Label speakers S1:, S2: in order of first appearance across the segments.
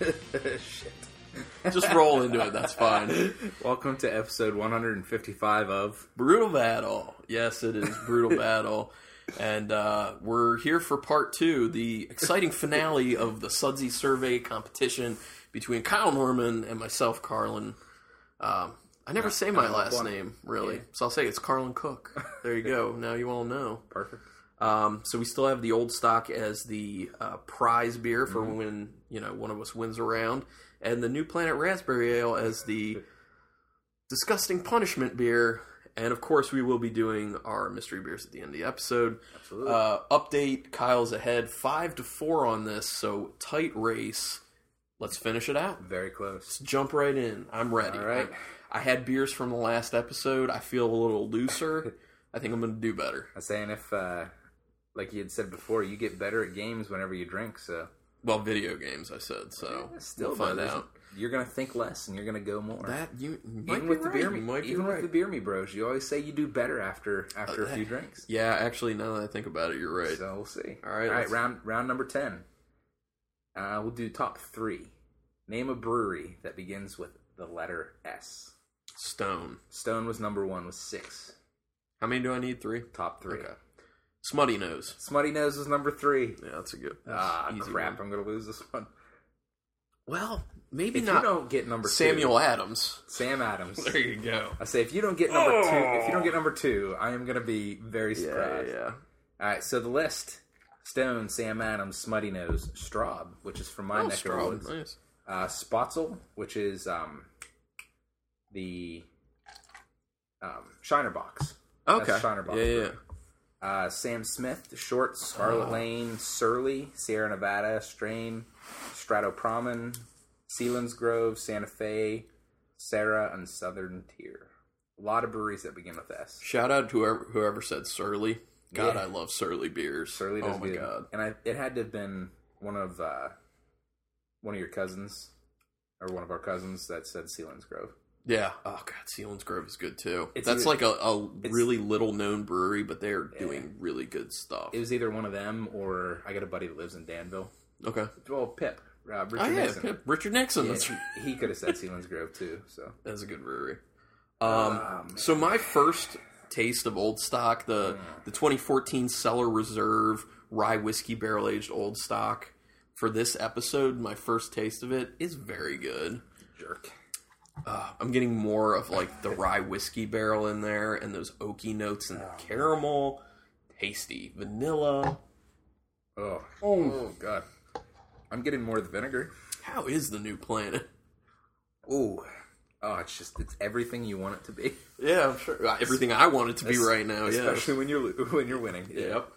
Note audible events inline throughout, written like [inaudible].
S1: Shit.
S2: Just roll into it. That's fine.
S1: Welcome to episode 155 of
S2: Brutal Battle. Yes, it is Brutal Battle. And uh, we're here for part two, the exciting finale of the Sudsy Survey competition between Kyle Norman and myself, Carlin. Um, I never say my
S1: Carlin
S2: last
S1: Cook.
S2: name, really. So I'll say it's Carlin Cook. There you go. now you all know.
S1: Perfect.
S2: Um, so we still have the old stock as the uh, prize beer for
S1: Mm-hmm.
S2: when you know one of us wins a round, and the new Planet Raspberry Ale as the disgusting punishment beer. And of course, we will be doing our mystery beers at the end of the episode.
S1: Absolutely.
S2: Uh, update: Kyle's ahead five to four on this, so tight race. Let's finish it out.
S1: Very close.
S2: Let's jump right in. I'm ready.
S1: All right.
S2: I, I had beers from the last episode. I feel a
S1: [laughs]
S2: little looser. I think I'm going to do better.
S1: I was saying if, uh, like you had said before, you get better at games whenever you drink. So
S2: Well, video games, I said. So
S1: still
S2: we'll find
S1: though, there's-
S2: out.
S1: You're gonna think less and you're gonna go more.
S2: That you might
S1: even
S2: be
S1: with the
S2: right.
S1: beer, me,
S2: You might be
S1: even
S2: right.
S1: with
S2: Oh,
S1: the beer me bros, you always say you do better after after a few drinks.
S2: yeah, actually, now that I think about it, you're right.
S1: So we'll see.
S2: All right,
S1: all right.
S2: let's-
S1: Round round number ten. Uh, we'll do top three. Name a brewery that begins with the letter S.
S2: Stone.
S1: Stone was number one with six.
S2: How many do I need? Three.
S1: Top three.
S2: Okay. Smutty nose.
S1: Smutty Nose was number three.
S2: Yeah, that's a good. that's
S1: Ah,
S2: easy
S1: crap!
S2: one.
S1: I'm gonna lose this one.
S2: Well, maybe
S1: If you
S2: not.
S1: don't get number
S2: Samuel Adams.
S1: two, Sam Adams.
S2: There you go.
S1: I say if you don't get number two,
S2: Oh.
S1: if you don't get number two, I am gonna be very
S2: Yeah,
S1: surprised.
S2: yeah.
S1: All right, so the list: Stone, Sam Adams, Smutty Nose, Straub, which is from my
S2: Oh,
S1: neck of the
S2: strong.
S1: woods,
S2: Nice.
S1: uh, Spotzel, which is um, the um, Shiner Box,
S2: Okay.
S1: Shiner Box
S2: yeah, yeah.
S1: Brewery. uh, Sam Smith, Short, Scarlet Lane, Surly, Sierra Nevada, Strain, Stratopromen, Sealands Grove, Santa Fe, Sarah, and Southern Tier. A lot of breweries that begin with S.
S2: Shout out to whoever, whoever said Surly. God,
S1: Yeah.
S2: I love Surly beers.
S1: Surly does
S2: Oh my
S1: good.
S2: god.
S1: And I, it had to have been one of uh, one of your cousins or one of our cousins that said Sealands Grove.
S2: Yeah. Oh god, Sealands Grove is good too.
S1: It's
S2: That's
S1: either-
S2: like a, a really little known brewery, but they're doing really good stuff.
S1: It was either one of them or I got a buddy that lives in Danville.
S2: okay.
S1: Well, Pip, uh, Richard
S2: Oh yeah,
S1: Nixon.
S2: Pip- Richard Nixon.
S1: Yeah,
S2: That's,
S1: he, he could have said Sealands Grove too. So
S2: that's a good brewery. Um,
S1: Oh,
S2: so my first taste of old stock, the
S1: Mm.
S2: the 2014 Cellar Reserve Rye Whiskey Barrel Aged Old Stock. For this episode, my first taste of it is very good.
S1: jerk.
S2: Uh, I'm getting more of
S1: [laughs]
S2: like the rye whiskey barrel in there, and those oaky notes and the caramel, tasty vanilla.
S1: Oh, oh god, I'm getting more of the vinegar.
S2: How is the
S1: [laughs]
S2: new planet?
S1: Oh, oh, it's just it's everything you want it to be.
S2: Yeah, I'm sure Uh, everything I want it to be right now. Yeah,
S1: Especially when you're [laughs] lo- when you're winning.
S2: Yep.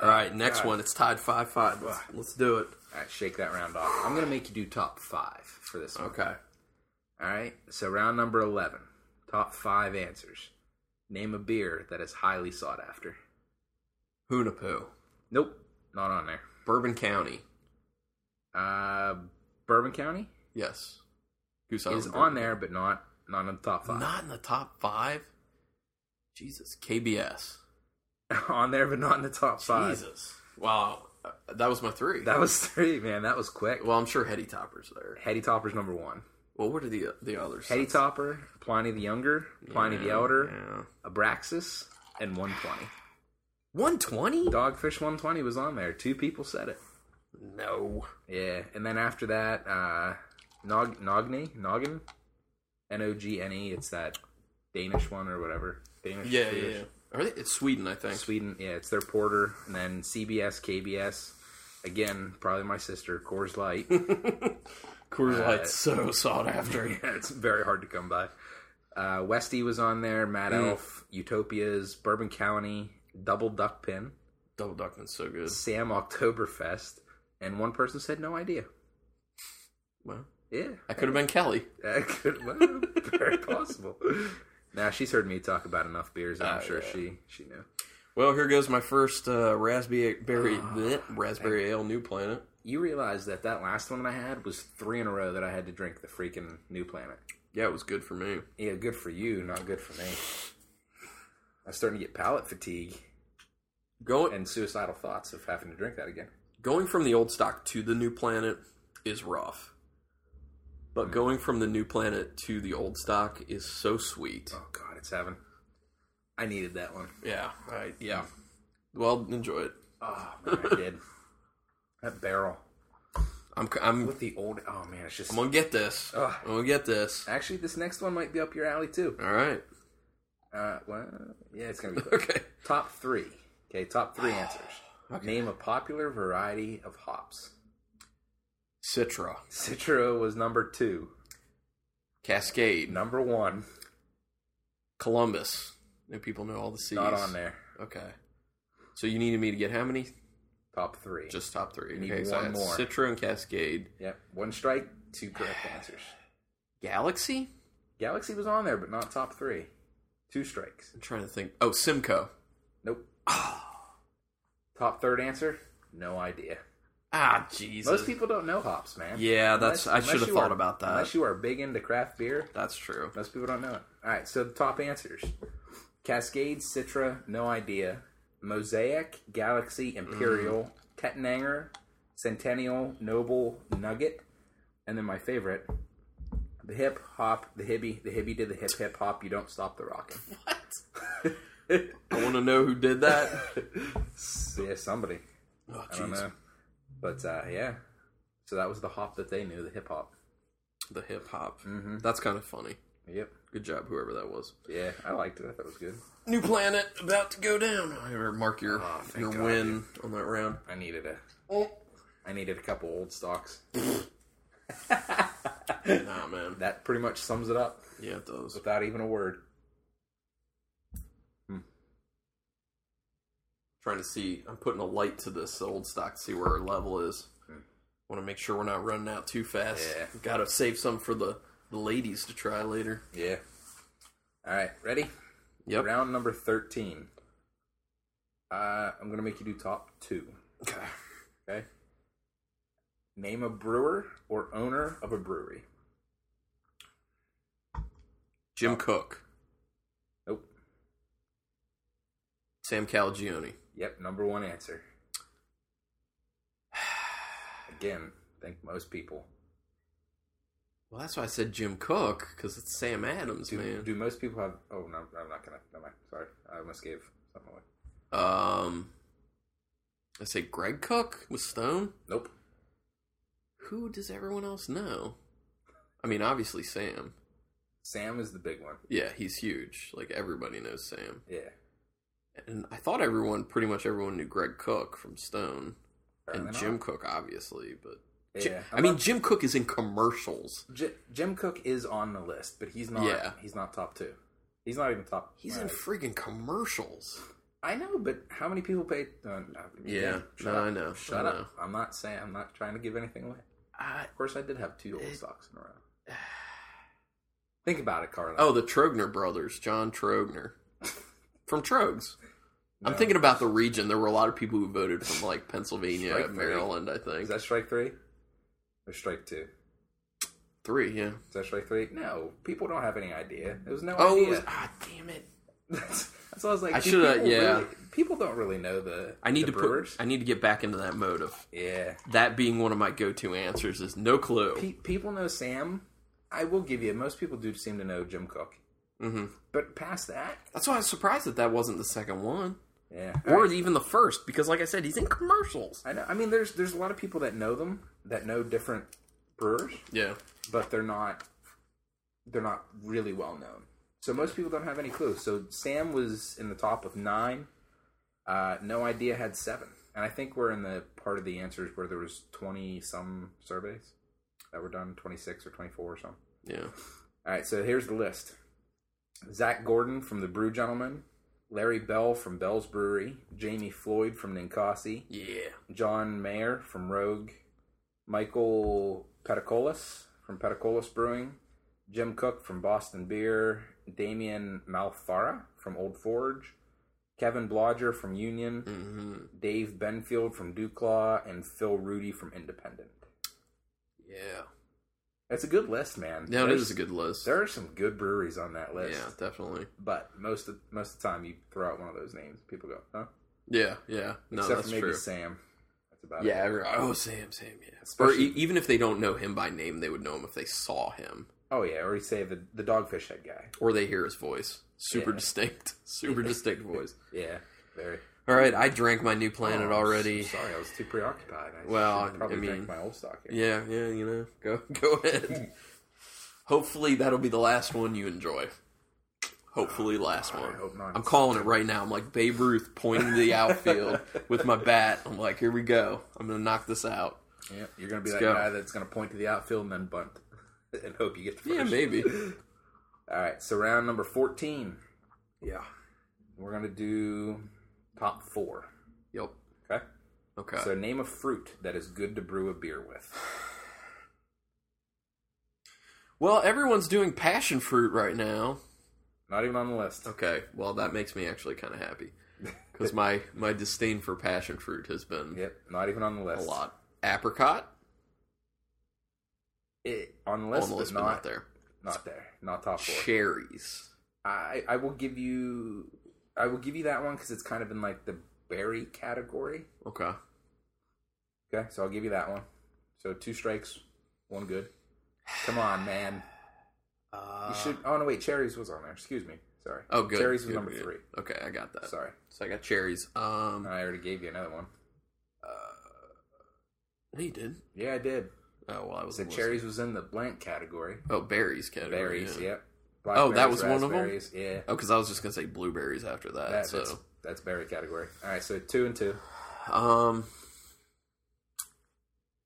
S2: All right, next one. It's tied five five. Let's, let's do it.
S1: All right, shake that round off. I'm gonna make you do top five for this one.
S2: Okay.
S1: All right, so round number 11. Top five answers. Name a beer that is highly sought after.
S2: Hunapoo,
S1: Nope, not on there.
S2: Bourbon County.
S1: Uh, Bourbon County
S2: Yes. Goose
S1: is
S2: Island
S1: on
S2: Bourbon.
S1: there, but not not on the top five.
S2: Not in the top five. Jesus. KBS.
S1: [laughs] on there, but not in the top five.
S2: Jesus. Wow. Uh, That was my three.
S1: That was three, man. That was quick.
S2: well, I'm sure Hetty Topper's there.
S1: Hetty Topper's number one.
S2: Well, what are the the others?
S1: Hetty Topper, Pliny the Younger, Pliny the Elder,
S2: Yeah.
S1: Abraxas, and 120.
S2: 120?
S1: Dogfish 120 was on there. Two people said it.
S2: No.
S1: Yeah, and then after that, uh, Nog Nogni Noggin, N O G N E. It's that Danish one or whatever. Danish,
S2: Yeah, yeah,
S1: Swedish.
S2: yeah. Are they, it's Sweden, I think.
S1: Sweden. Yeah, it's their porter, and then CBS, KBS. Again, probably my sister Coors Light. [laughs]
S2: Coors Light's so sought after.
S1: Yeah, it's very hard to come by. Uh, Westy was on there. Mad
S2: Mm.
S1: Elf, Utopias, Bourbon County, Double Duck Pin,
S2: [laughs] Double Duckman's so good.
S1: Sam Oktoberfest, and one person said no idea.
S2: Well,
S1: Yeah, [laughs]
S2: I could have been Kelly.
S1: That could well,
S2: [laughs]
S1: very possible. Now she's heard me talk about enough beers. and I'm
S2: Oh,
S1: sure
S2: yeah.
S1: she she knew.
S2: Well, here goes my first uh, raspberry bleh, raspberry ale New Planet.
S1: You realize that that last one I had was three in a row that I had to drink the freaking New Planet.
S2: Yeah, it was good for me.
S1: Yeah, good for you, not good for me. I'm starting to get palate fatigue
S2: Going
S1: and suicidal thoughts of having to drink that again.
S2: going from the old stock to the New Planet is rough. But going from the new planet to the old stock is so sweet.
S1: Oh god, it's heaven. I needed that one.
S2: Yeah. I, yeah. Well, enjoy it.
S1: Oh man,
S2: [laughs]
S1: I did. That barrel
S2: I'm c- I'm
S1: with the old. Oh man, it's just.
S2: I'm gonna get this.
S1: Ugh.
S2: I'm gonna get this.
S1: Actually, this next one might be up your alley too.
S2: All right.
S1: Uh, well, yeah, it's gonna be quick.
S2: [laughs] Okay.
S1: top three. Okay, top
S2: [sighs]
S1: three answers. Name a popular variety of hops.
S2: Citra,
S1: Citro was number two.
S2: Cascade,
S1: Number one,
S2: Columbus. And people know all the C's.
S1: not on there.
S2: Okay. So you needed me to get how many?
S1: Top three.
S2: Just top three.
S1: need
S2: okay, so
S1: one
S2: I had
S1: more.
S2: Citra and Cascade.
S1: yep. One strike, two
S2: [sighs]
S1: correct answers.
S2: Galaxy?
S1: Galaxy was on there, but not top three. Two strikes.
S2: I'm trying to think. Oh, Simcoe. [sighs]
S1: Nope. top third answer? No idea.
S2: Ah, Jesus.
S1: Most people don't know hops, man.
S2: Yeah, that's.
S1: Unless-
S2: I
S1: unless
S2: should have
S1: you
S2: thought
S1: are-
S2: about that.
S1: Unless you are big into craft beer,
S2: That's true.
S1: most people don't know it. All right, so the top answers: Cascade, Citra, no idea, Mosaic, Galaxy, Imperial, Tetnanger, Centennial, Noble, Nugget, and then my favorite: the hip hop, the hibby, the hibby to the hip hip hop. You don't stop the rockin'.
S2: I want to know who did that.
S1: [laughs] yeah, somebody.
S2: oh,
S1: I don't
S2: jeez.
S1: know, but uh, yeah. So that was the hop that they knew, the hip hop.
S2: The hip hop.
S1: Mm-hmm.
S2: That's kind of funny.
S1: Yep.
S2: Good job, whoever that was.
S1: Yeah, I liked it. I thought it was good.
S2: New planet about to go down. Or mark your
S1: Oh, thank
S2: your
S1: God,
S2: win on that round.
S1: I needed a,
S2: Oh.
S1: I needed a couple old stocks.
S2: Nah, man.
S1: [laughs] That pretty much sums it up.
S2: Yeah, it does.
S1: without even a word.
S2: Trying to see. I'm putting a light to this old stock to see where our level is. Want to make sure we're not running out too fast.
S1: Hmm. Yeah.
S2: Got to save some for the, the ladies to try later.
S1: Yeah. All right, ready?
S2: Yep.
S1: Round number 13. Uh, I'm going to make you do top two.
S2: Okay.
S1: Okay. Name a brewer or owner of a brewery.
S2: Jim Cook,
S1: Nope.
S2: Sam Calagione.
S1: Yep, number one answer. [sighs] Again, I think most people.
S2: Well, that's why I said Jim Cook because it's Sam Adams,
S1: Do,
S2: man.
S1: do most people have. Oh, no, I'm not going to. Never mind. Sorry. I almost gave something away.
S2: Um, I say Greg Cook with Stone.
S1: Nope.
S2: Who does everyone else know? I mean, obviously Sam.
S1: Sam is the big one.
S2: Yeah, he's huge. Like everybody knows Sam.
S1: Yeah.
S2: And I thought everyone, pretty much everyone, knew Greg Cook from Stone and
S1: Apparently
S2: Jim
S1: not.
S2: Cook, obviously. But
S1: Yeah.
S2: Ji-
S1: I'm
S2: I mean,
S1: not-
S2: Jim Cook is in commercials.
S1: J- Jim Cook is on the list, but he's not.
S2: Yeah.
S1: He's not top two. He's not even top.
S2: He's
S1: uh,
S2: in friggin' commercials.
S1: I know, but how many people pay? Uh, no,
S2: Yeah,
S1: shut
S2: no,
S1: up.
S2: I know,
S1: Shut
S2: I
S1: up.
S2: know.
S1: I'm not saying. I'm not trying to give anything away.
S2: I,
S1: Of course, I did have two old stocks in a row.
S2: [sighs]
S1: Think about it, Carla.
S2: oh, the Trogner brothers, John Trogner
S1: [laughs]
S2: from Trogs. I'm
S1: No.
S2: thinking about the region. There were a lot of people who voted from like Pennsylvania,
S1: Strike three.
S2: Maryland. I think
S1: is that strike three or strike two?
S2: three. Yeah.
S1: Is that strike three? No, people don't have any idea. There was no
S2: Oh, it
S1: idea.
S2: was, ah, damn it!
S1: [laughs] That's why I was like,
S2: I
S1: do
S2: shoulda-
S1: people
S2: yeah.
S1: really- people don't really know the.
S2: I need
S1: the
S2: to
S1: brewers.
S2: put. I need to get back into that mode of
S1: yeah,
S2: that being one of my go-to answers is no clue.
S1: Pe- people know Sam. I will give you. Most people do seem to know Jim Cook.
S2: hmm
S1: But past that,
S2: That's why I was surprised that that wasn't the second one,
S1: yeah.
S2: or even the first, because like I said, he's in commercials.
S1: I know. I mean, there's there's a lot of people that know them that know different brewers,
S2: Yeah,
S1: but they're not they're not really well known. So most people don't have any clue. So Sam was in the top of nine. Uh, no idea had seven, and I think we're in the part of the answers where there was twenty some surveys that were done, twenty six or twenty four or something.
S2: yeah.
S1: All right, so here's the list: Zach Gordon from the Brew Gentleman, Larry Bell from Bell's Brewery, Jamie Floyd from Ninkasi,
S2: Yeah.
S1: John Mayer from Rogue, Michael Petacolis from Petacolis Brewing, Jim Cook from Boston Beer, Damian Malfara from Old Forge, Kevin Blodger from Union,
S2: hmm
S1: Dave Benfield from Duclaw, and Phil Rudy from Independent.
S2: Yeah.
S1: That's a good list, man.
S2: No, it
S1: There's-
S2: is a good list.
S1: There are some good breweries on that list,
S2: Yeah, definitely.
S1: but most of most of the time you throw out one of those names, people go, huh?
S2: Yeah, yeah. No,
S1: Except
S2: Oh, that's
S1: for maybe
S2: true.
S1: Sam. That's That's about
S2: Yeah,
S1: it.
S2: everyone, oh Sam, Sam, yeah. or
S1: Especially-
S2: e- even if they don't know him by name, they would know him if they saw him
S1: Oh yeah, or you say the the dogfish head guy.
S2: or they hear his voice.
S1: [laughs]
S2: Super
S1: Yeah.
S2: distinct, super distinct voice.
S1: Yeah, very.
S2: All right, I drank my new planet
S1: Oh, I'm
S2: already.
S1: so sorry, I was too preoccupied. I
S2: Well,
S1: should probably
S2: I mean-
S1: drink my old stock. Here.
S2: Yeah, yeah, you know, [laughs] go go ahead. Hopefully that'll be the last one you enjoy. Hopefully last one.
S1: Uh, hope not.
S2: I'm calling it right now. I'm like Babe Ruth pointing to the outfield with my bat. I'm like, here we go. I'm gonna knock this out.
S1: Yeah. you're gonna be that
S2: go.
S1: guy that's gonna point to the outfield and then bunt, [laughs] and hope you get the first.
S2: Yeah, maybe.
S1: All right, so round number fourteen,
S2: Yeah.
S1: we're gonna do top four.
S2: Yep.
S1: Okay.
S2: Okay.
S1: So name a fruit that is good to brew a beer with.
S2: well, everyone's doing passion fruit right now.
S1: Not even on the list.
S2: Okay. Well, that makes me actually kind of
S1: [laughs]
S2: happy because my my disdain for passion fruit has been
S1: Yep, not even on the
S2: a
S1: list.
S2: lot. Apricot
S1: It, on the
S2: on
S1: list,
S2: the list,
S1: but
S2: but
S1: not,
S2: not there.
S1: Not there. Not top four.
S2: Cherries.
S1: I I will give you I will give you that one because it's kind of in like the berry category.
S2: Okay.
S1: Okay, so I'll give you that one. So two strikes, one good. Come on, man.
S2: Uh,
S1: You should. Oh no, wait. Cherries was on there. Excuse me. Sorry.
S2: Oh, good.
S1: Cherries was
S2: good,
S1: number
S2: good.
S1: three.
S2: Okay, I got that.
S1: Sorry,
S2: So I got cherries. Um,
S1: I already gave you another one.
S2: no, you did.
S1: Yeah, I did.
S2: Oh well, I was
S1: So
S2: listening.
S1: cherries was in the blank category.
S2: Oh, berries category.
S1: Berries.
S2: yeah.
S1: Yep.
S2: Oh, that was
S1: Blackberries,
S2: one of 'em?
S1: raspberries, Yeah.
S2: Oh, because I was just gonna say blueberries after that.
S1: That-
S2: so,
S1: that's that's berry category. All right, so two and two.
S2: um,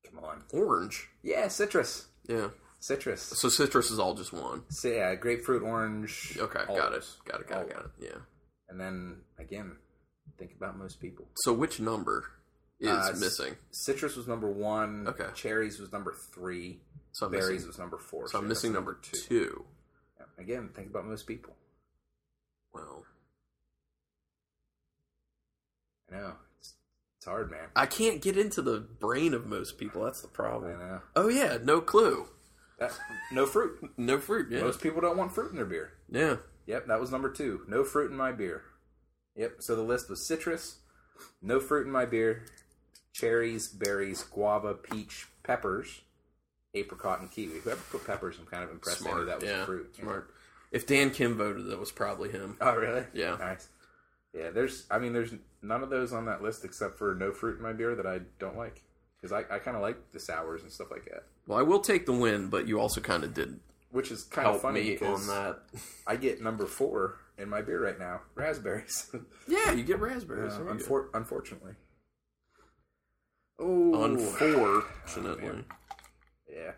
S1: Come on.
S2: orange.
S1: Yeah, citrus.
S2: Yeah.
S1: Citrus.
S2: So citrus is all just one.
S1: So, yeah, grapefruit, orange.
S2: Okay, got it.
S1: olives.
S2: Got it. Got it.
S1: Olives.
S2: Got it. Yeah.
S1: And then again, think about most people.
S2: So which number is
S1: Uh, s-
S2: missing?
S1: Citrus was number one.
S2: Okay.
S1: Cherries was number three.
S2: So I'm
S1: berries
S2: missing.
S1: was number four.
S2: So I'm
S1: that's
S2: missing number two. two.
S1: Yeah. Again, think about most people.
S2: Well,
S1: I know it's, it's hard, man.
S2: I can't get into the brain of most people. That's the
S1: I
S2: problem.
S1: know.
S2: Oh yeah, no clue.
S1: That- no fruit.
S2: No fruit. Yeah.
S1: Most people don't want fruit in their beer.
S2: yeah.
S1: Yep, that was number two. No fruit in my beer. Yep. So the list was citrus, no fruit in my beer, cherries, berries, guava, peach, peppers, apricot, and kiwi. Whoever put peppers, I'm kind of impressed. I knew
S2: Smart.
S1: that was
S2: yeah.
S1: fruit.
S2: Smart. If Dan Kim voted, that was probably him.
S1: [laughs] Oh, really?
S2: Yeah.
S1: Nice. Yeah, there's. I mean, there's none of those on that list except for no fruit in my beer that I don't like because I, I kind of like the sours and stuff like that,
S2: Well, I will take the win, but you also kind of did
S1: which is kind of
S2: help
S1: funny
S2: me
S1: because
S2: on that.
S1: I get number four in my beer right now, raspberries. [laughs]
S2: Yeah, you get raspberries.
S1: Uh,
S2: There you go.
S1: unfor- unfortunately. Oh,
S2: Unfortunately,
S1: [sighs] yeah.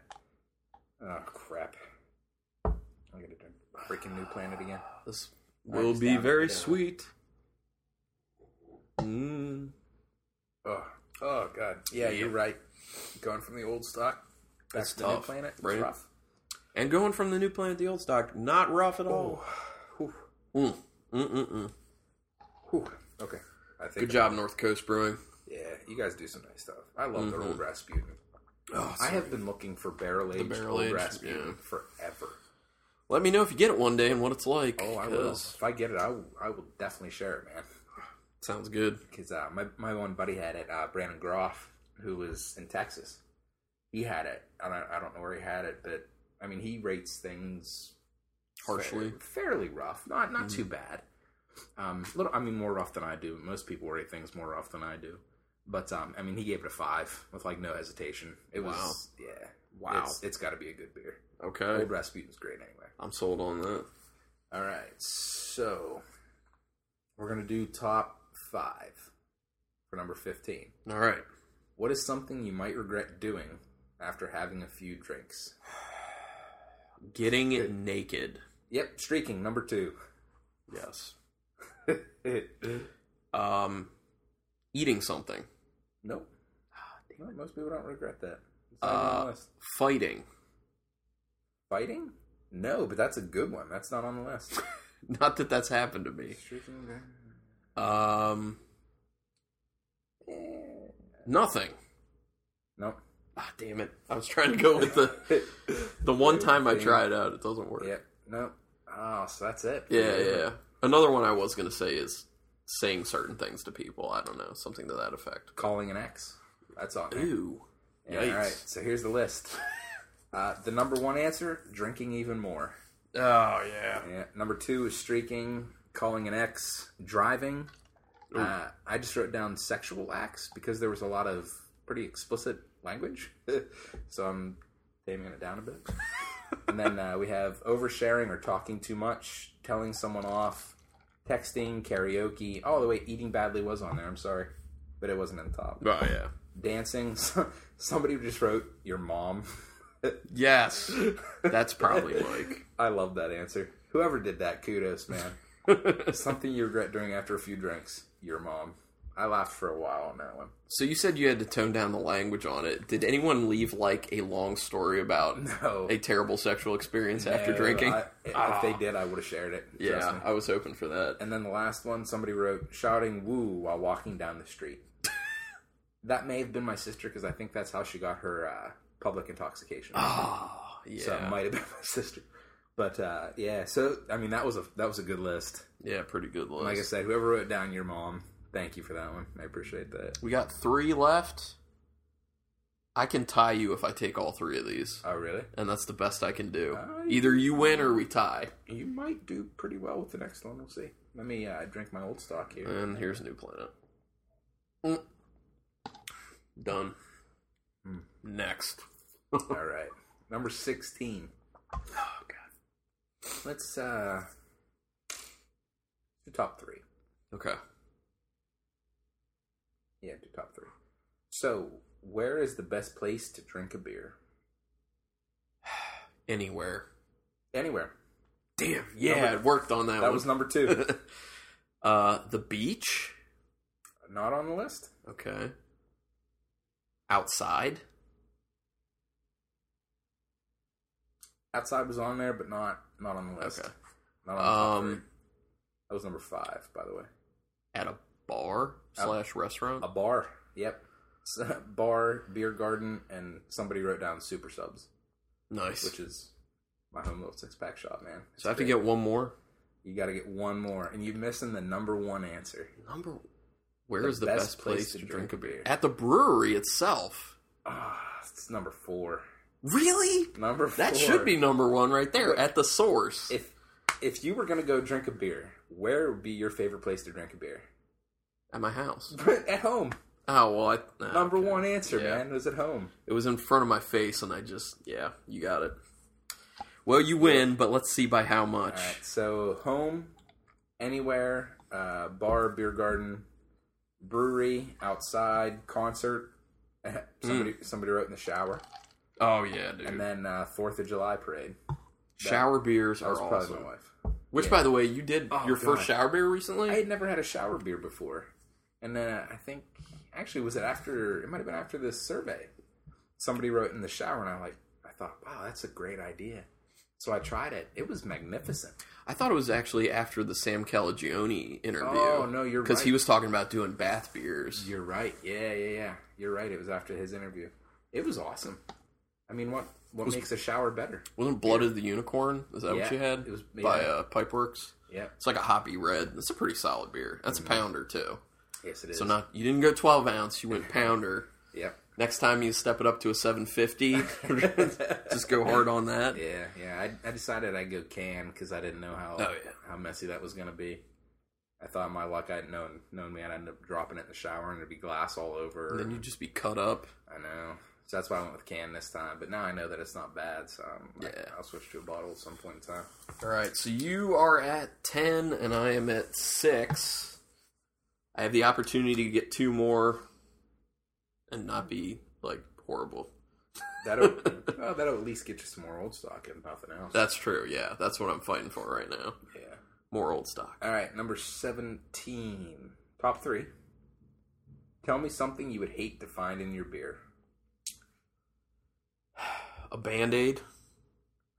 S1: Oh crap! I'm gonna drink freaking New Planet again.
S2: this
S1: Alright,
S2: will
S1: just
S2: be
S1: down it
S2: very
S1: down.
S2: sweet. Mm.
S1: Oh, oh god. Yeah,
S2: Yeah.
S1: you're right. Going from the old stock back
S2: That's
S1: to
S2: tough,
S1: the New Planet, it's
S2: right?
S1: rough.
S2: And going from the new planet to the old stock, not rough at
S1: Oh.
S2: all.
S1: Whew.
S2: Mm. Mm-mm-mm.
S1: Whew. Okay. I think
S2: Good job, North Coast Brewing.
S1: Yeah, you guys do some nice stuff. I love their
S2: Mm-hmm.
S1: old Rasputin.
S2: Oh,
S1: I have been looking for barrel aged old
S2: barrel-aged,
S1: Rasputin
S2: yeah.
S1: forever.
S2: Let me know if you get it one day and what it's like.
S1: Oh, I will.
S2: 'cause
S1: If I get it, I will, I will definitely share it, man.
S2: Sounds good.
S1: because uh, my my one buddy had it, uh, Brandon Groff, who was in Texas. He had it. I don't I don't know where he had it, but I mean he rates things
S2: Harshly. Mm-hmm.
S1: fair- fairly rough, not not too bad. Um, little, I mean more rough than I do. Most people rate things more rough than I do, but um, I mean he gave it a five with like no hesitation. It was yeah,
S2: Wow.
S1: It's, it's got to be a good beer.
S2: Okay.
S1: Old Rasputin's great anyway.
S2: I'm sold on that.
S1: All right, so we're gonna do top five for number fifteen.
S2: All right.
S1: What is something you might regret doing after having a few drinks?
S2: Getting it naked.
S1: Yep, streaking, number two. [laughs]
S2: Yes.
S1: nope.
S2: Um, eating something.
S1: No, Ah, most people don't regret that. It's not even on the
S2: Uh,
S1: list.
S2: Fighting. [laughs]
S1: Fighting? No, but that's a good one. That's not on the
S2: [laughs]
S1: list.
S2: Not that that's happened to me.
S1: Streaking,
S2: Um, nothing.
S1: nope. [laughs]
S2: Ah, damn it! I was trying to go with the the one time I tried out. It doesn't work.
S1: Yep, nope. Oh, so that's it.
S2: Yeah, yeah, yeah. Another one I was gonna say is saying certain things to people. I don't know, something to that effect.
S1: Calling an ex. That's on there.
S2: Ooh.
S1: Yeah,
S2: Yikes.
S1: all right, so here's the list.
S2: [laughs]
S1: Uh, the number one answer: drinking even more.
S2: Oh yeah.
S1: Yeah. Number two is streaking, calling an ex, driving. Uh, I just wrote down sexual acts because there was a lot of pretty explicit language, [laughs] so I'm taming it down a bit. and then uh, we have oversharing or talking too much, telling someone off, texting, karaoke. Oh, the way eating badly was on there. I'm sorry, but it wasn't in the top.
S2: Oh yeah.
S1: Dancing. [laughs] Somebody just wrote your mom.
S2: Yes. That's probably like
S1: I love that answer. Whoever did that, kudos,
S2: [laughs]
S1: man. Something you regret doing after a few drinks, your mom. I laughed for a while on that one.
S2: So you said you had to tone down the language on it. Did anyone leave like a long story about
S1: Oh,
S2: a terrible sexual experience after
S1: no,
S2: drinking? Ah.
S1: I, if they did, I would have shared it. trust
S2: [laughs] yeah,
S1: me.
S2: I was hoping for that.
S1: And then the last one, somebody wrote shouting "woo" while walking down the
S2: [laughs]
S1: street. that may have been my sister because I think that's how she got her uh, public intoxication.
S2: Oh, yeah.
S1: So it might have been my sister. But uh, yeah, so I mean that was a that was a good list.
S2: yeah, pretty good list.
S1: Like I said, whoever wrote down your mom, thank you for that one. I appreciate that.
S2: we got three left. I can tie you if I take all three of these,
S1: Oh, really?
S2: and that's the best I can do.
S1: Nice.
S2: Either you win or we tie.
S1: You might do pretty well with the next one. We'll see. Let me uh, drink my old stock here.
S2: And here's New Planet. Mm. Done. Hmm. Next.
S1: All right, number sixteen.
S2: Oh god.
S1: Let's uh, do top three.
S2: Okay.
S1: Yeah, do top three. So, where is the best place to drink a beer?
S2: Anywhere.
S1: Anywhere.
S2: Damn. Yeah, it worked on that,
S1: That
S2: one.
S1: was number
S2: [laughs]
S1: two.
S2: uh, the beach.
S1: Not on the list.
S2: Okay. Outside.
S1: Outside was on there, but not not on the list.
S2: Okay.
S1: Not on the top three.
S2: Um,
S1: That was number five, by the way.
S2: at a bar slash restaurant.
S1: A bar. Yep. [laughs] bar, beer garden, and somebody wrote down super subs,
S2: nice.
S1: which is my home little six pack shop, man. It's
S2: so I have to
S1: great.
S2: get one more.
S1: You got to get one more, and you're missing the number one answer.
S2: Number. Where is
S1: The
S2: the
S1: best
S2: best, place, to drink, a beer?
S1: beer.
S2: At the brewery itself.
S1: Ah, it's number four.
S2: Really?
S1: Number four.
S2: That should be number one right there. At the source.
S1: If if you were gonna go drink a beer, where would be your favorite place to drink a beer? [laughs]
S2: at my house.
S1: at home.
S2: Oh well. I, nah,
S1: Number
S2: okay.
S1: one answer,
S2: Yeah.
S1: man, was at home.
S2: It was in front of my face, and I just yeah. You got it. Well, you win, but let's see by how much.
S1: All right, so home, anywhere, uh, bar, beer garden, brewery, outside, concert. [laughs] somebody
S2: Hmm.
S1: somebody wrote in the shower,
S2: Oh yeah, dude.
S1: and then uh, Fourth of July parade.
S2: shower beers
S1: That
S2: are
S1: was probably
S2: awesome.
S1: my wife.
S2: Which, by the way, you did
S1: Oh,
S2: your first
S1: God.
S2: shower beer recently.
S1: I had never had a shower beer before, and then uh, I think actually was it after it might have been after this survey. Somebody wrote in the shower, and I like I thought, wow, that's a great idea. So I tried it. It was magnificent.
S2: I thought it was actually after the Sam Calagione interview.
S1: Oh, no, you're
S2: because
S1: right.
S2: he was talking about doing bath beers.
S1: You're right. Yeah, yeah, yeah. You're right. It was after his interview. It was awesome. I mean, what what makes a shower better?
S2: Wasn't Blooded the Unicorn? Is that
S1: Yeah,
S2: what you had?
S1: it was-
S2: by
S1: yeah.
S2: uh, Pipeworks.
S1: Yeah.
S2: It's like a hoppy red. That's a pretty solid beer. That's a pounder too.
S1: Yes, Mm-hmm. it is.
S2: So not you didn't go twelve ounce. You went pounder.
S1: Yep.
S2: [laughs] Next time you step it up to a seven fifty, [laughs] just go hard on that.
S1: [laughs] Yeah, yeah. I, I decided I'd go can because I didn't know how
S2: Oh, yeah.
S1: how messy that was gonna be. I thought my luck, I'd known known me, I'd end up dropping it in the shower and there'd be glass all over.
S2: Then you'd just be cut up.
S1: I know, so that's why I went with can this time. But now I know that it's not bad, so I'm,
S2: Yeah.
S1: I, will switch to a bottle at some point in time.
S2: All right, so you are at 10 and I am at 6. I have the opportunity to get two more and not be like horrible.
S1: That'll [laughs] well, that'll at least get you some more old stock if nothing else.
S2: That's true. Yeah, that's what I'm fighting for right now.
S1: yeah.
S2: More old stock.
S1: All right, number seventeen, top three. Tell me something you would hate to find in your beer.
S2: A band-aid.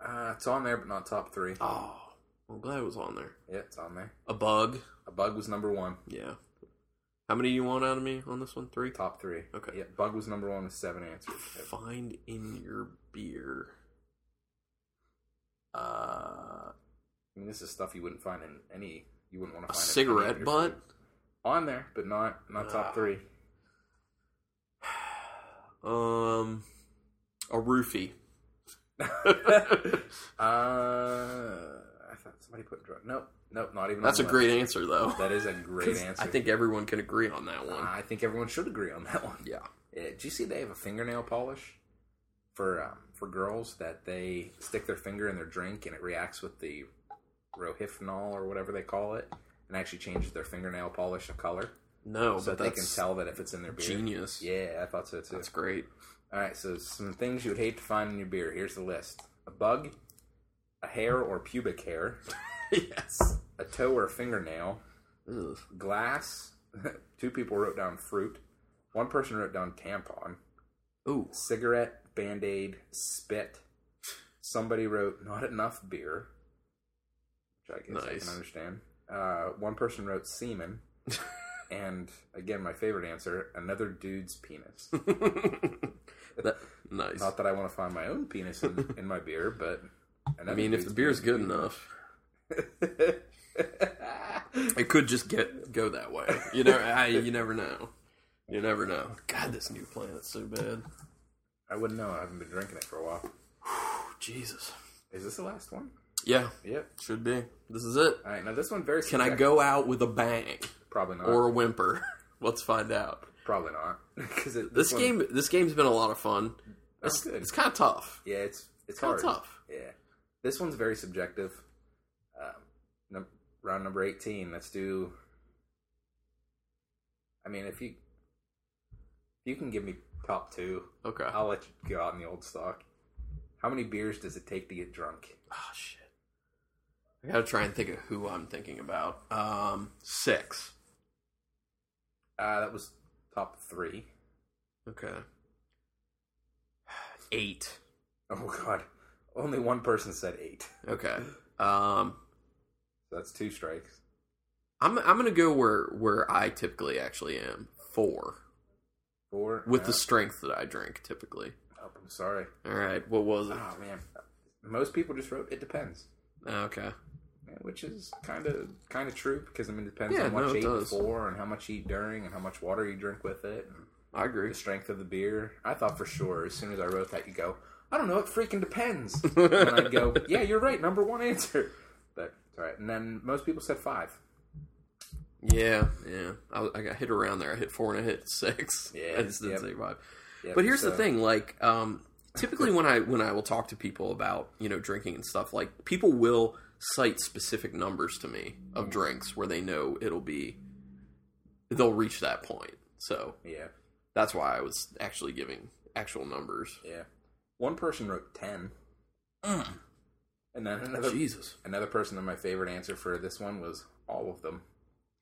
S1: Uh, it's on there, but not top three.
S2: Oh, I'm glad it was on there.
S1: Yeah, it's on there.
S2: A bug.
S1: A bug was number one.
S2: Yeah. How many you want out of me on this one? 3.
S1: Top three.
S2: Okay.
S1: Yeah, Bug was number one with seven answers.
S2: Find in your beer. Uh
S1: I mean, this is stuff you wouldn't find in any. You wouldn't want
S2: a
S1: to find in any
S2: cigarette Ah.
S1: other-
S2: butt. [laughs]
S1: on there, but not not top
S2: Ah.
S1: three.
S2: Um, a roofie.
S1: [laughs] Uh, I thought somebody put drug. Nope, nope, not even. on
S2: That's
S1: the
S2: a
S1: list.
S2: great answer, though.
S1: That
S2: [laughs]
S1: is a great answer.
S2: I think everyone can agree on that one.
S1: I think everyone should agree on that one.
S2: Yeah.
S1: Uh, do you see they have a fingernail polish for um, for girls that they stick their finger in their drink and it reacts with the rohypnol or whatever they call it and actually changes their fingernail polish to color
S2: No,
S1: so
S2: but
S1: they
S2: that's
S1: can tell that if it's in their beer.
S2: genius.
S1: Yeah, I thought so too. [laughs]
S2: That's great.
S1: All right, so some things you would hate to find in your beer. Here's the list: a bug, a hair or pubic hair,
S2: yes.
S1: a toe or fingernail,
S2: Ugh.
S1: glass. [laughs] Two people wrote down fruit. One person wrote down tampon.
S2: Ooh. [laughs]
S1: cigarette, band aid, spit. Somebody wrote not enough beer, which I guess I
S2: Nice.
S1: can understand. Uh, one person wrote
S2: [laughs]
S1: semen, and again, my favorite answer, another dude's
S2: [laughs]
S1: penis.
S2: that, nice.
S1: not that I want to find my own penis in,
S2: [laughs]
S1: in my beer, but
S2: I mean, if the
S1: [laughs]
S2: beer's good enough, it could just get go that way. You know, I, you never know. You never know. God, this new planet's so bad.
S1: [laughs] I wouldn't know. I haven't been drinking it for a while.
S2: Oh, Jesus.
S1: Is this the last one?
S2: Yeah,
S1: Yep.
S2: should be. This is it.
S1: All right. Now this one very.
S2: Can I
S1: subjective.
S2: go out with a bang
S1: Probably not.
S2: or a whimper? [laughs] Let's find out.
S1: probably not. [laughs] Because
S2: This game, this game's been a lot of fun.
S1: That's good.
S2: It's kind of tough.
S1: Yeah, it's it's
S2: Kinda
S1: hard.
S2: tough.
S1: Yeah, this one's very subjective. Um, num- round number eighteen. Let's do. I mean, if you you can give me top two,
S2: Okay.
S1: I'll let you go out in the old stock. How many beers does it take to get drunk?
S2: Oh shit. I gotta try and think of who I'm thinking about. Um, six.
S1: Uh, that was top three.
S2: Okay. Eight.
S1: Oh God, only one person said eight.
S2: Okay. Um,
S1: So that's two strikes.
S2: I'm I'm gonna go where where I typically actually am. Four
S1: Four
S2: with
S1: uh,
S2: the strength that I drink typically.
S1: oh, I'm sorry.
S2: All right. What was it?
S1: Oh man, most people just wrote it depends.
S2: Ah, Okay.
S1: Yeah, which is kind of kind of true because I mean it depends
S2: Yeah,
S1: on what
S2: no,
S1: you
S2: it
S1: eat
S2: does.
S1: before and how much you eat during and how much water you drink with it and
S2: I agree.
S1: the strength of the beer. I thought for sure as soon as I wrote that you go, I don't know, it freaking
S2: [laughs]
S1: depends. and I'd go, yeah, you're right, number one answer. But it's all right. And then most people said five.
S2: Yeah, yeah. I, I got hit around there. I hit four and I hit six.
S1: Yeah,
S2: [laughs] I just
S1: yep.
S2: didn't say five.
S1: Yep,
S2: but here's
S1: so-
S2: the thing: like, um,
S1: [laughs]
S2: typically when I when I will talk to people about you know drinking and stuff, like people will cite specific numbers to me
S1: Mm.
S2: of drinks where they know it'll be they'll reach that point. So
S1: Yeah,
S2: that's why I was actually giving actual numbers.
S1: yeah. One person wrote ten, and then another
S2: Mm. Jesus,
S1: another person. And my favorite answer for this one was all of them.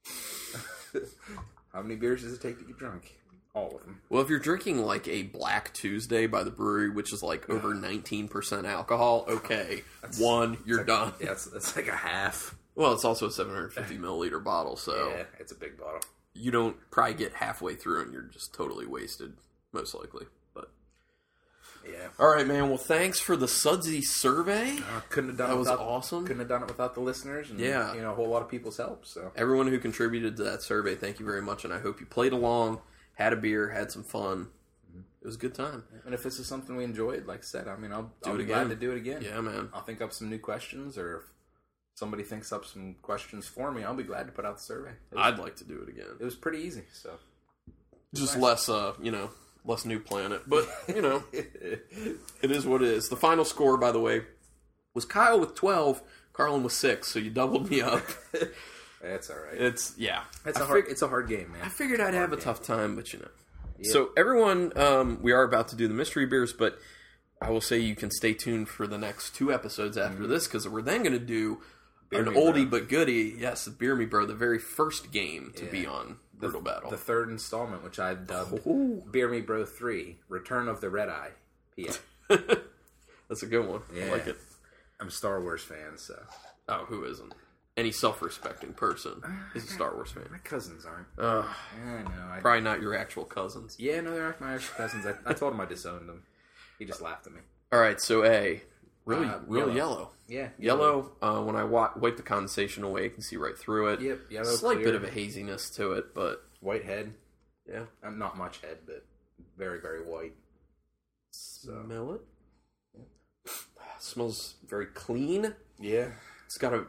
S1: [laughs] how many beers does it take to get drunk? All of them.
S2: Well, if you're drinking like a Black Tuesday by the brewery, which is like over 19% alcohol, okay, one, you're done.
S1: Yeah, it's, it's like a half. Oh.
S2: Well, it's also
S1: [laughs]
S2: a 750 milliliter bottle, so
S1: Yeah, it's a big bottle.
S2: you don't probably get halfway through and you're just totally wasted, most likely. But
S1: Yeah.
S2: all right, man. Well, thanks for the Sudsy survey.
S1: Uh, couldn't have done
S2: That
S1: it
S2: was
S1: without,
S2: awesome.
S1: Couldn't have done it without the listeners and
S2: Yeah.
S1: you know a whole lot of people's help. So
S2: Everyone who contributed to that survey, thank you very much, and I hope you played along, had a beer, had some fun. It was a good time.
S1: and if this is something we enjoyed, like I said, I mean I'll, I'll
S2: it
S1: be
S2: again.
S1: glad to do it again.
S2: Yeah, man.
S1: I'll think up some new questions or if somebody thinks up some questions for me, I'll be glad to put out the survey. It was,
S2: I'd like to do it again.
S1: it was pretty easy, so
S2: Just less, uh, you know, less New Planet, but
S1: [laughs]
S2: you know. It is what it is. The final score, by the way, was Kyle with twelve, Carlin with six. So you doubled
S1: [laughs]
S2: me up.
S1: that's all right.
S2: it's yeah.
S1: It's
S2: I
S1: a hard
S2: fig-
S1: it's a hard game,
S2: I
S1: man.
S2: figured I'd have a tough time, but you know. So everyone, um, we are about to do the mystery beers, but I will say you can stay tuned for the next two episodes after this because we're then going to do an
S1: Mm-hmm. Me
S2: oldie but goodie. Yes, the Beer Me Bro, the very first game to be
S1: Yeah.
S2: on Brutal Battle.
S1: The third installment, which I've dubbed
S2: [laughs] Ooh.
S1: Beer Me Bro Three: Return of the Red Eye.
S2: [laughs]
S1: Yeah,
S2: That's a good one. I
S1: Yeah.
S2: like it.
S1: I'm a Star Wars fan, so
S2: Oh, who isn't? Any self-respecting [sighs] person is a Star Wars fan.
S1: my cousins aren't.
S2: Ugh.
S1: I know. I
S2: Probably not your actual cousins.
S1: Yeah, no, they're my Irish cousins. I, I told him I disowned them. He just laughed at me.
S2: All right, so A, really,
S1: Uh,
S2: real
S1: yellow.
S2: yellow.
S1: Yeah,
S2: Yellow. Uh, when I wa- wipe the condensation away, you can see right through it.
S1: Yep, yellow,
S2: Slight bit
S1: clear.
S2: of a haziness to it, but
S1: white head. Uh,
S2: yeah,
S1: Um, not much head, but very, very white. So
S2: Smell it. [sighs] Smells very clean.
S1: yeah,
S2: It's got a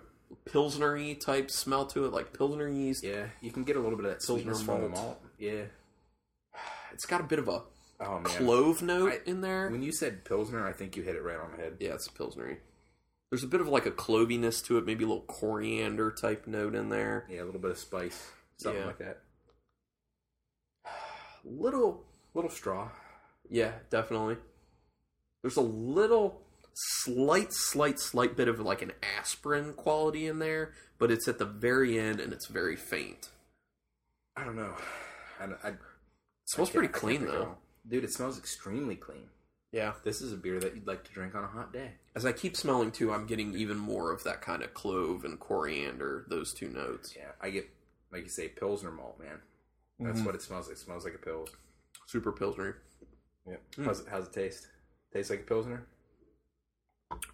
S2: pilsnery type smell to it, like pilsner yeast.
S1: yeah, you can get a little bit of that
S2: Pilsner
S1: sweetness from the
S2: malt.
S1: malt. Yeah.
S2: It's got a bit of a
S1: Oh man.
S2: clove note
S1: I-
S2: in there.
S1: When you said pilsner, I think you hit it right on the head.
S2: Yeah, it's a pilsnery. There's a bit of like a cloviness to it, maybe a little coriander type note in there.
S1: Yeah, a little bit of spice, something
S2: Yeah.
S1: like that.
S2: Little,
S1: Little straw.
S2: yeah, definitely. There's a little slight, slight, slight bit of like an aspirin quality in there, but it's at the very end and it's very faint.
S1: I don't know. I, don't- I,
S2: It smells pretty clean though.
S1: Dude, it smells extremely clean.
S2: Yeah.
S1: This is a beer that you'd like to drink on a hot day.
S2: As I keep smelling too, I'm getting even more of that kind of clove and coriander, those two notes.
S1: Yeah, I get like you say, pilsner malt, man. That's what it smells like. It smells like a pils.
S2: Super pilsnery.
S1: Yeah. How's it? How's it taste? Tastes like a pilsner.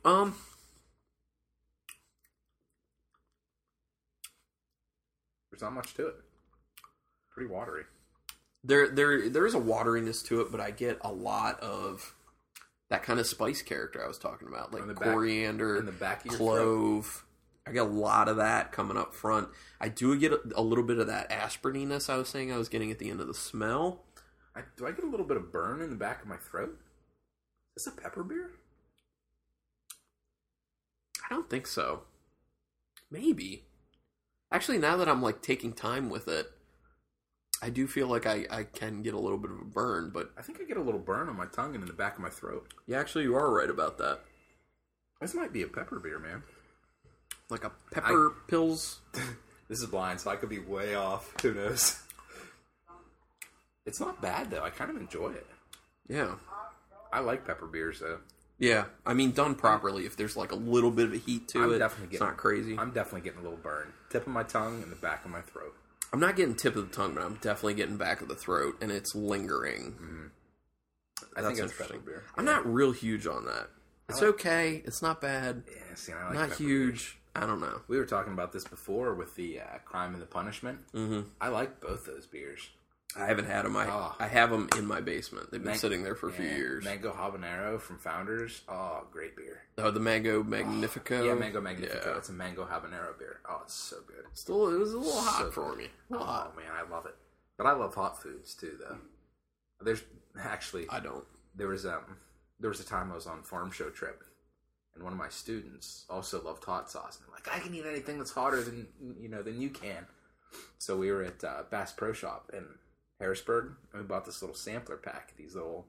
S2: Um,
S1: There's not much to it. Pretty watery.
S2: there there there is a wateriness to it, but I get a lot of that kind of spice character I was talking about, like
S1: On the back-
S2: coriander,
S1: in the back of your
S2: clove. I get a lot of that coming up front. I do get a, a little bit of that asperininess I was saying I was getting at the end of the smell.
S1: I, do I get a little bit of burn in the back of my throat? Is this a pepper beer?
S2: I don't think so. Maybe. Actually, now that I'm like taking time with it, I do feel like I, I can get a little bit of a burn, but
S1: I think I get a little burn on my tongue and in the back of my throat.
S2: yeah, actually, you are right about that.
S1: This might be a pepper beer, man.
S2: Like a pepper pills.
S1: This is blind, so I could be way off. Who knows? It's not bad though. I kind of enjoy it.
S2: Yeah.
S1: I like pepper beers though.
S2: Yeah, I mean done properly. If there's like a little bit of a heat to
S1: I'm
S2: it,
S1: definitely
S2: it's
S1: getting-
S2: not crazy. I'm,
S1: I'm definitely getting a little burn. Tip of my tongue and the back of my throat.
S2: not getting tip of the tongue, but I'm definitely getting back of the throat, and it's lingering.
S1: Mm-hmm. I
S2: That's
S1: think that's
S2: interesting.
S1: pepper beer.
S2: I'm not real huge on that. It's okay. It's not bad.
S1: Yeah, see, I like
S2: not
S1: pepper beers.
S2: huge. I don't know.
S1: We were talking about this before with the uh, crime and the punishment. Mm-hmm. I like both those beers.
S2: I haven't had them. I
S1: Ah.
S2: I have them in my basement. They've been
S1: Mang-
S2: sitting there for a few
S1: Yeah,
S2: years.
S1: Mango habanero from Founders. Oh, great beer.
S2: oh, the mango magnifico.
S1: Yeah, mango magnifico.
S2: Yeah.
S1: It's a mango habanero beer. Oh, it's so good.
S2: Still, it was a little hot
S1: So
S2: for me. A little hot.
S1: Oh man, I love it. But I love hot foods too, though. There's actually
S2: I don't.
S1: there was um there was a time I was on farm show trip, and one of my students also loved hot sauce, and I'm like, I can eat anything that's hotter than you know than you can. So we were at uh, Bass Pro Shop in Harrisburg, and we bought this little sampler pack. These little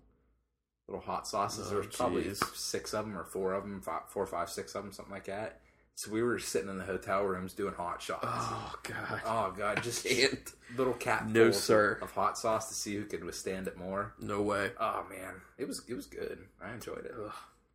S1: little hot sauces.
S2: Oh,
S1: there was probably
S2: geez.
S1: six of them or four of them, five, four, five, six of them, something like that. So we were sitting in the hotel rooms doing hot shots.
S2: Oh God.
S1: Oh god, just
S2: [laughs] Can't.
S1: little cap
S2: No,
S1: fulls
S2: sir.
S1: of hot sauce to see who could withstand it more.
S2: No way.
S1: Oh man, it was it was good. I enjoyed it.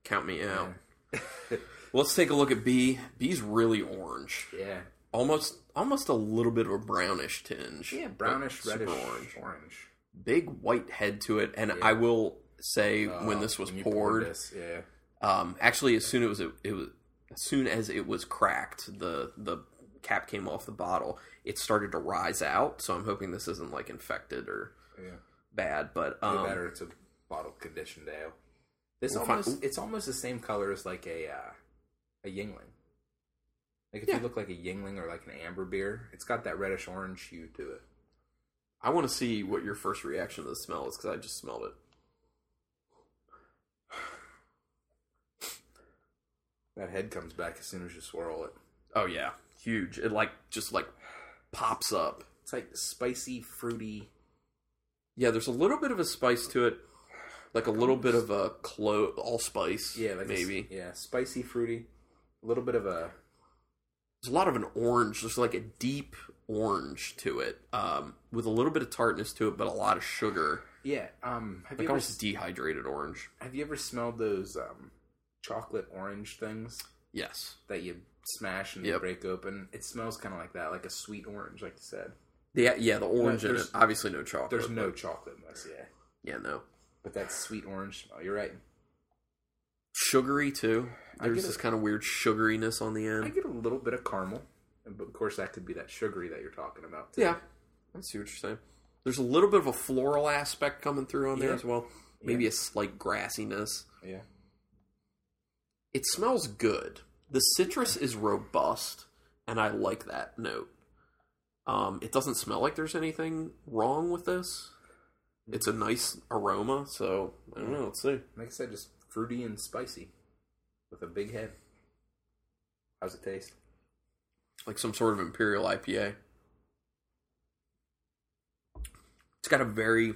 S2: Count me out.
S1: [laughs]
S2: Well, let's take a look at B. B's really orange,
S1: Yeah,
S2: almost almost a little bit of a brownish tinge.
S1: yeah, brownish,
S2: but super
S1: reddish,
S2: orange.
S1: orange.
S2: Big white head to it, and I will say when
S1: Oh,
S2: this was
S1: when you
S2: poured,
S1: this, yeah,
S2: um, actually as soon it was it was as soon as it was cracked, the the cap came off the bottle. It started to rise out, so I'm hoping this isn't like infected or
S1: yeah.
S2: bad. But
S1: Way
S2: um,
S1: better. It's a bottle conditioned ale. This
S2: We'll find-
S1: almost it's almost the same color as like a uh, a Yingling. Like if
S2: Yeah.
S1: you look like a Yingling or like an amber beer, it's got that reddish orange hue to it.
S2: I want to see what your first reaction to the smell is because I just smelled it.
S1: That head comes back as soon as you swirl it.
S2: Oh yeah, huge! It like just like pops up.
S1: It's like spicy, fruity.
S2: Yeah, there's a little bit of a spice to it, like a little bit of a clove, allspice.
S1: Yeah, like a s-
S2: maybe.
S1: yeah, spicy, fruity. A little bit of a
S2: There's a lot of an orange. There's like a deep orange to it, um, with a little bit of tartness to it, but a lot of sugar,
S1: yeah. Um, have
S2: like
S1: you ever
S2: almost dehydrated orange.
S1: have you ever smelled those um chocolate orange things
S2: Yes,
S1: that you smash and
S2: Yep.
S1: break open? It smells kind of like that, like a sweet orange, like you said.
S2: the yeah the orange in it.
S1: there's-
S2: Obviously, no chocolate.
S1: There's no chocolate in this, yeah,
S2: yeah no
S1: but that sweet orange smell. You're right.
S2: sugary too.
S1: I
S2: There's
S1: get
S2: this
S1: it.
S2: kind of weird sugariness on the
S1: I
S2: end.
S1: get a little bit of caramel, but of course that could be that sugary that you're talking about. too.
S2: Yeah, I see what you're saying. There's a little bit of a floral aspect coming through on there
S1: Yeah.
S2: as well. maybe a slight grassiness.
S1: Yeah.
S2: It smells good. The citrus is robust, and I like that note. Um, it doesn't smell like there's anything wrong with this. It's a nice aroma, so I don't know. Let's see.
S1: Like I said, just fruity and spicy with a big head. How's it taste?
S2: Like some sort of imperial IPA. It's got a very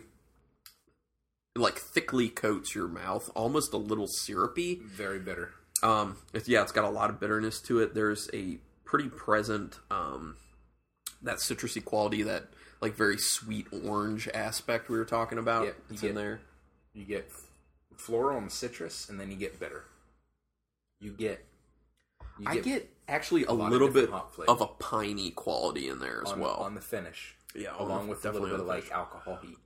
S2: like thickly coats your mouth, almost a little syrupy.
S1: Very bitter.
S2: Um, it's, yeah, it's got a lot of bitterness to it. There's a pretty present um, that citrusy quality, that like very sweet orange aspect we were talking about.
S1: Yep,
S2: it's
S1: you
S2: in
S1: get-
S2: there.
S1: You get f- floral and citrus, and then you get bitter. You get. You
S2: I get actually a,
S1: lot of
S2: little bit
S1: different hop flavors.
S2: of a piney quality in there as
S1: on,
S2: well.
S1: on the finish,
S2: yeah, on
S1: along
S2: the-
S1: with a little
S2: definitely
S1: bit
S2: on
S1: of
S2: the
S1: like
S2: finish.
S1: alcohol heat.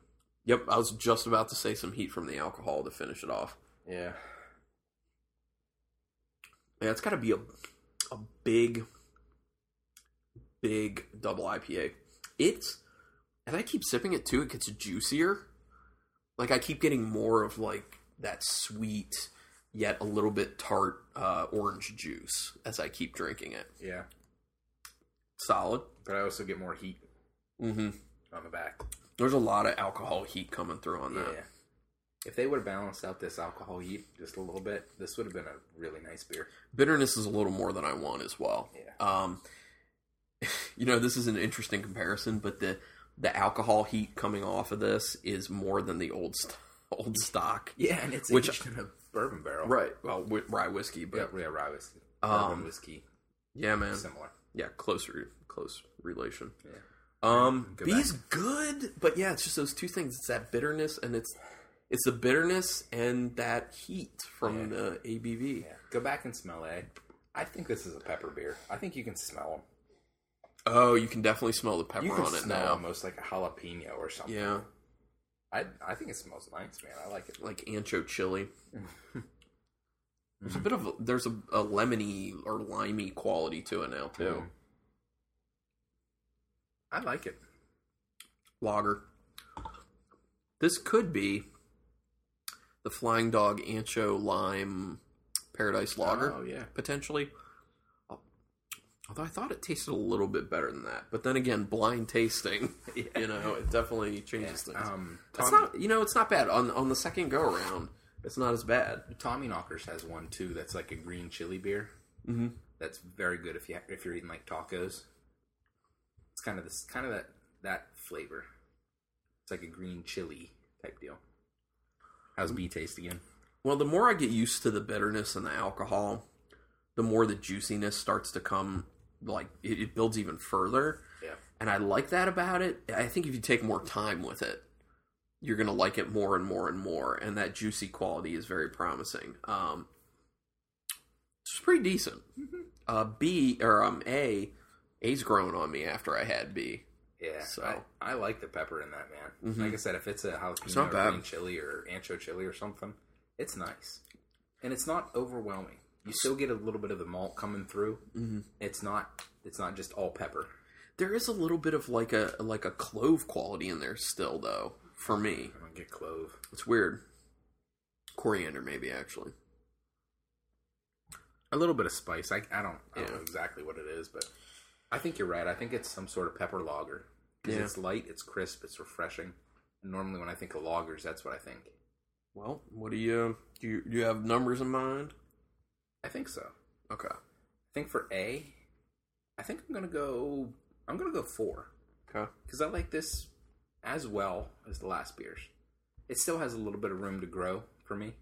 S2: Yep, I was just about to say some heat from the alcohol to finish it off.
S1: Yeah.
S2: Yeah, it's got to be a a big, big double IPA. It's and I keep sipping it too. It gets juicier. Like I keep getting more of like that sweet yet a little bit tart uh, orange juice as I keep drinking it.
S1: Yeah.
S2: Solid.
S1: But I also get more heat
S2: Mm-hmm.
S1: on the back.
S2: There's a lot of alcohol heat coming through on
S1: Yeah.
S2: that.
S1: If they would have balanced out this alcohol heat just a little bit, this would have been a really nice beer.
S2: bitterness is a little more than I want as well.
S1: Yeah.
S2: Um, [laughs] you know, this is an interesting comparison, but the the alcohol heat coming off of this is more than the old st- [laughs] old stock.
S1: Yeah, and it's
S2: Which-
S1: aged in a bourbon barrel.
S2: Right. Well, wi- rye whiskey, but
S1: Yeah,
S2: yeah,
S1: yeah, rye whiskey.
S2: Um,
S1: Bourbon whiskey,
S2: man,
S1: similar.
S2: yeah, closer, close relation.
S1: Yeah.
S2: Um,
S1: Go
S2: B's good, but yeah, it's just those two things. It's that bitterness, and it's it's the bitterness and that heat from
S1: Yeah.
S2: the ABV.
S1: Yeah. Go back and smell it. I think this is a pepper beer. I think you can smell
S2: Oh, you can definitely smell the
S1: them.
S2: pepper
S1: You can
S2: on it
S1: smell
S2: now.
S1: almost like a jalapeno or something.
S2: Yeah,
S1: I I think it smells nice, man. I like it.
S2: like ancho chili.
S1: Mm-hmm.
S2: There's a bit of a, there's a, a lemony or limey quality to it now too.
S1: Mhm. I like it.
S2: Lager. This could be the Flying Dog Ancho Lime Paradise Lager
S1: Oh yeah.
S2: potentially. Although I thought it tasted a little bit better than that, but then again, blind tasting, [laughs] you know, it definitely changes things.
S1: Um,
S2: it's
S1: Tommy,
S2: not, you know, it's not bad on on the second go around. It's not as bad.
S1: Tommy Knockers has one too. That's like a green chili beer.
S2: Mm-hmm.
S1: That's very good if you if you're eating like tacos. It's kind of this kind of that that flavor. It's like a green chili type deal.
S2: Mm.
S1: How's B taste again?
S2: Well, the more I get used to the bitterness and the alcohol, the more the juiciness starts to come. Like it, it builds even further,
S1: Yeah.
S2: and I like that about it. I think if you take more time with it, you're gonna like it more and more and more, and that juicy quality is very promising. Um, it's pretty decent. Uh, B or um A, A's grown on me after I had B.
S1: Yeah,
S2: So-
S1: I, I like the pepper in that man.
S2: Mhm.
S1: Like I said, if it's a jalapeno
S2: not
S1: or
S2: bad.
S1: green chili or ancho chili or something, it's nice, and it's not overwhelming. You still get a little bit of the malt coming through.
S2: Mhm.
S1: It's not it's not just all pepper.
S2: There is a little bit of like a like a clove quality in there still, though. For me,
S1: I don't get clove.
S2: It's weird. Coriander, maybe actually.
S1: A little bit of spice. I, I don't I don't
S2: Yeah.
S1: know exactly what it is, but I think you're right. I think it's some sort of pepper lager. 'Cause
S2: Yeah.
S1: It's light, it's crisp, it's refreshing. Normally, when I think of lagers, that's what I think.
S2: Well, what do you do? You, do you have numbers in mind?
S1: I think so. I
S2: Okay.
S1: think for A, I think I'm gonna go. I'm gonna go four.
S2: Okay.
S1: because I like this as well as the last beers. It still has a little bit of room to grow for me,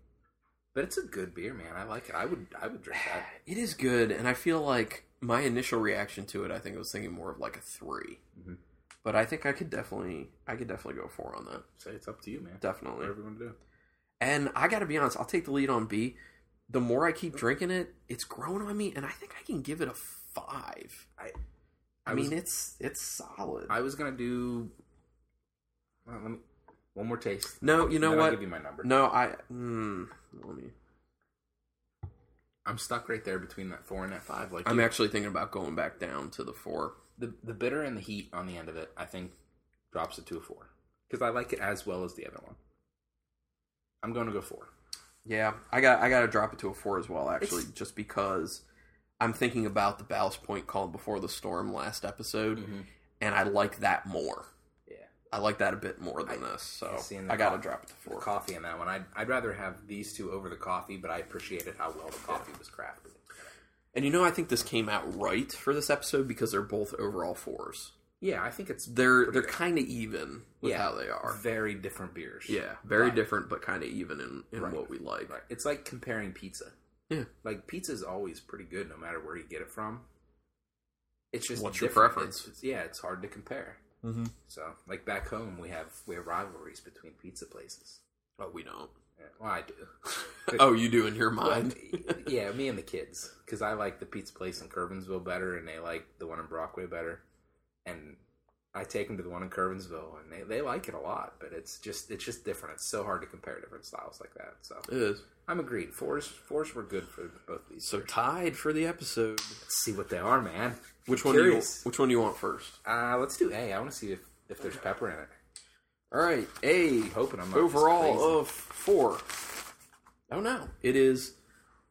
S1: but it's a good beer, man. I like it. I would I would drink that.
S2: It is good, and I feel like my initial reaction to it, I think I was thinking more of like a 3
S1: Mhm.
S2: But I think I could definitely, I could definitely go four on that.
S1: Say it's up to you, man.
S2: Definitely.
S1: Whatever you want to do.
S2: And I got to be honest, I'll take the lead on B. The more I keep drinking it, it's growing on me, and I think I can give it a five. I,
S1: I
S2: mean,
S1: was-
S2: it's it's solid.
S1: I was gonna do. Well, let me one more taste.
S2: no, you know
S1: then I'll
S2: what?
S1: give you my number.
S2: No, I. Mm, let me.
S1: I'm stuck right there between that four and that five. Like
S2: I'm
S1: you.
S2: actually thinking about going back down to the four.
S1: the the bitter and the heat on the end of it, I think, drops it to a four because I like it as well as the other one. I'm going to go four.
S2: Yeah, I got I got to drop it to a four as well, actually, just because I'm thinking about the Ballast Point call before the storm last episode, and I like that more.
S1: Yeah.
S2: I like that a bit more than this, so
S1: seeing the
S2: I got to
S1: co-
S2: drop it to
S1: The
S2: four.
S1: coffee in that one. I'd, I'd rather have these two over the coffee, but I appreciated how well the coffee was crafted.
S2: and you know, I think this came out right for this episode because they're both overall fours.
S1: Yeah, I think it's
S2: They're they're kind of even with
S1: Yeah.
S2: how they are.
S1: very different beers.
S2: Yeah, very
S1: Right.
S2: different, but kind of even in, in what we like.
S1: Right. It's like comparing pizza.
S2: Yeah.
S1: Like pizza's always pretty good no matter where you get it from. It's just
S2: What's your
S1: different.
S2: preference? Mm-hmm.
S1: It's- it's- yeah, it's hard to compare. So, like back home, we have we have rivalries between pizza places.
S2: Oh, we don't.
S1: Yeah, Well, I do. [laughs]
S2: oh, you do in your mind. [laughs]
S1: yeah, me and the kids, because I like the pizza place in Curvinsville better, and they like the one in Brockway better. And I take them to the one in Curvinsville, and they, they like it a lot. But it's just it's just different. It's so hard to compare different styles like that. So
S2: It is.
S1: I'm agreed. Fours fours were good for both these.
S2: So tied for the episode.
S1: Let's see what they are, man.
S2: Which
S1: I'm
S2: one do you
S1: curious.
S2: which one do you want first?
S1: Uh, let's do A. I want to see if, if there's pepper in it.
S2: All right, a
S1: Hoping I'm not just crazy.
S2: overall uh, of four. Oh no, it is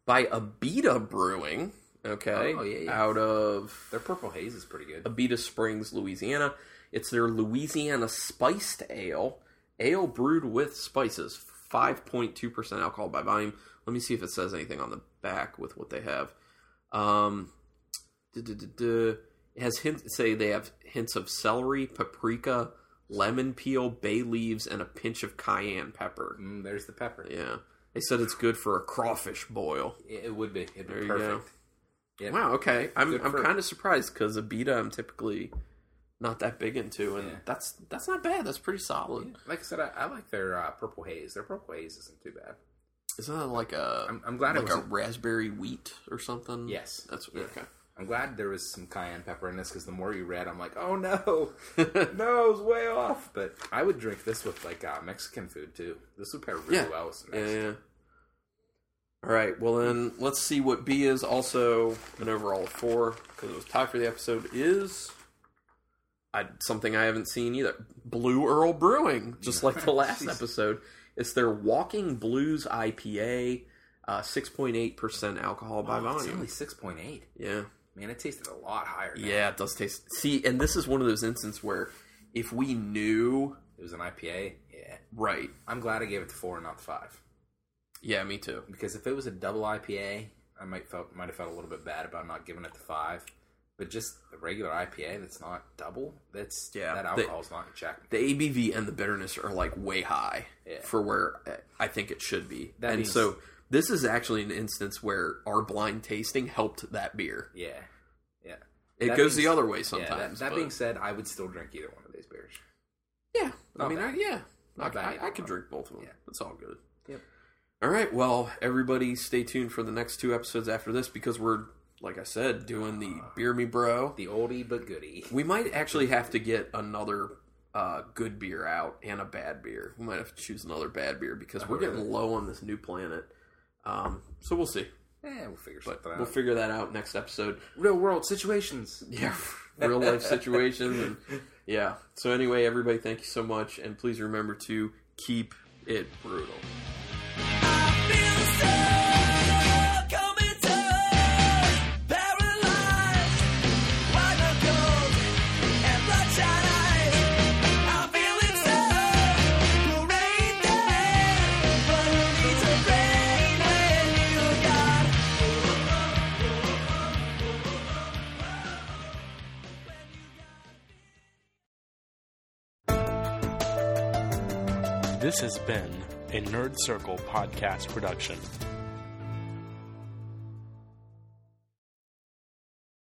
S2: by Abita Brewing. Okay,
S1: Oh, yeah, yeah.
S2: out of
S1: Their purple haze is pretty good.
S2: Abita Springs, Louisiana. It's their Louisiana spiced ale, ale brewed with spices. Five point two percent alcohol by volume. Let me see if it says anything on the back with what they have. Um, duh, duh, duh, duh. It has hints. Say they have hints of celery, paprika, lemon peel, bay leaves, and a pinch of cayenne pepper.
S1: Mm, there's the pepper.
S2: Yeah, they said it's good for a crawfish boil.
S1: It, it would be. It'd be
S2: There you go.
S1: perfect. Yeah.
S2: Wow. Okay. I'm
S1: Good
S2: I'm
S1: for-
S2: kind of surprised because Abita I'm typically not that big into, and
S1: Yeah.
S2: that's that's not bad. That's pretty solid.
S1: Like I said, I, I like their uh, purple haze. Their purple haze isn't too bad.
S2: Isn't that like a
S1: I'm, I'm glad it
S2: like a
S1: was.
S2: raspberry wheat or something?
S1: Yes.
S2: That's okay.
S1: I'm glad there was some cayenne pepper in this because the more you read, I'm like, oh
S2: [laughs]
S1: no, [laughs] no, it's way off. But I would drink this with like uh, Mexican food too. This would pair really
S2: Yeah.
S1: well with some
S2: Yeah,
S1: Mexican.
S2: yeah. All right. Well, then let's see what B is. Also, an overall of four because it was tied for the episode. Is I, something I haven't seen either. Blue Earl Brewing, just like the last episode. It's their Walking Blues IPA, uh, six point eight percent alcohol by
S1: Oh, it's
S2: volume.
S1: only six point eight.
S2: Yeah.
S1: Man, it tasted a lot higher. than-
S2: Yeah, it does taste. See, and this is one of those instances where if we knew
S1: It was an IPA. Yeah.
S2: right,
S1: I'm glad I gave it the four and not the five.
S2: yeah, me too.
S1: because if it was a double IPA, I might felt might have felt a little bit bad about not giving it the five. But just the regular IPA that's not double, that's
S2: Yeah,
S1: that
S2: they-
S1: alcohol's not in check.
S2: The ABV and the bitterness are like way high
S1: Yeah.
S2: for where uh, I think it should be,
S1: That
S2: and
S1: means-
S2: so this is actually an instance where our blind tasting helped that beer.
S1: Yeah, yeah.
S2: It
S1: That
S2: goes
S1: being
S2: the
S1: s-
S2: other way
S1: Yeah, that
S2: sometimes.
S1: that
S2: but-
S1: being said, I would still drink either one of these beers.
S2: yeah, I
S1: not
S2: mean, I,
S1: bad.
S2: yeah, I,
S1: bad
S2: I,
S1: either
S2: I could
S1: one.
S2: drink both of them.
S1: Yeah.
S2: It's all good.
S1: Yep.
S2: All right, well, everybody, stay tuned for the next two episodes after this because we're, like I said, doing the beer me bro.
S1: The oldie but goodie.
S2: We might actually have to get another uh, good beer out and a bad beer. We might have to choose another bad beer because we're getting low on this new planet. Um, so we'll see.
S1: Yeah, we'll figure
S2: But
S1: something out.
S2: we'll figure that out next episode.
S1: Real world situations.
S2: Yeah, real life situations. And, yeah. So anyway, everybody, thank you so much, and please remember to keep it brutal.
S3: This has been a Nerd Circle podcast production.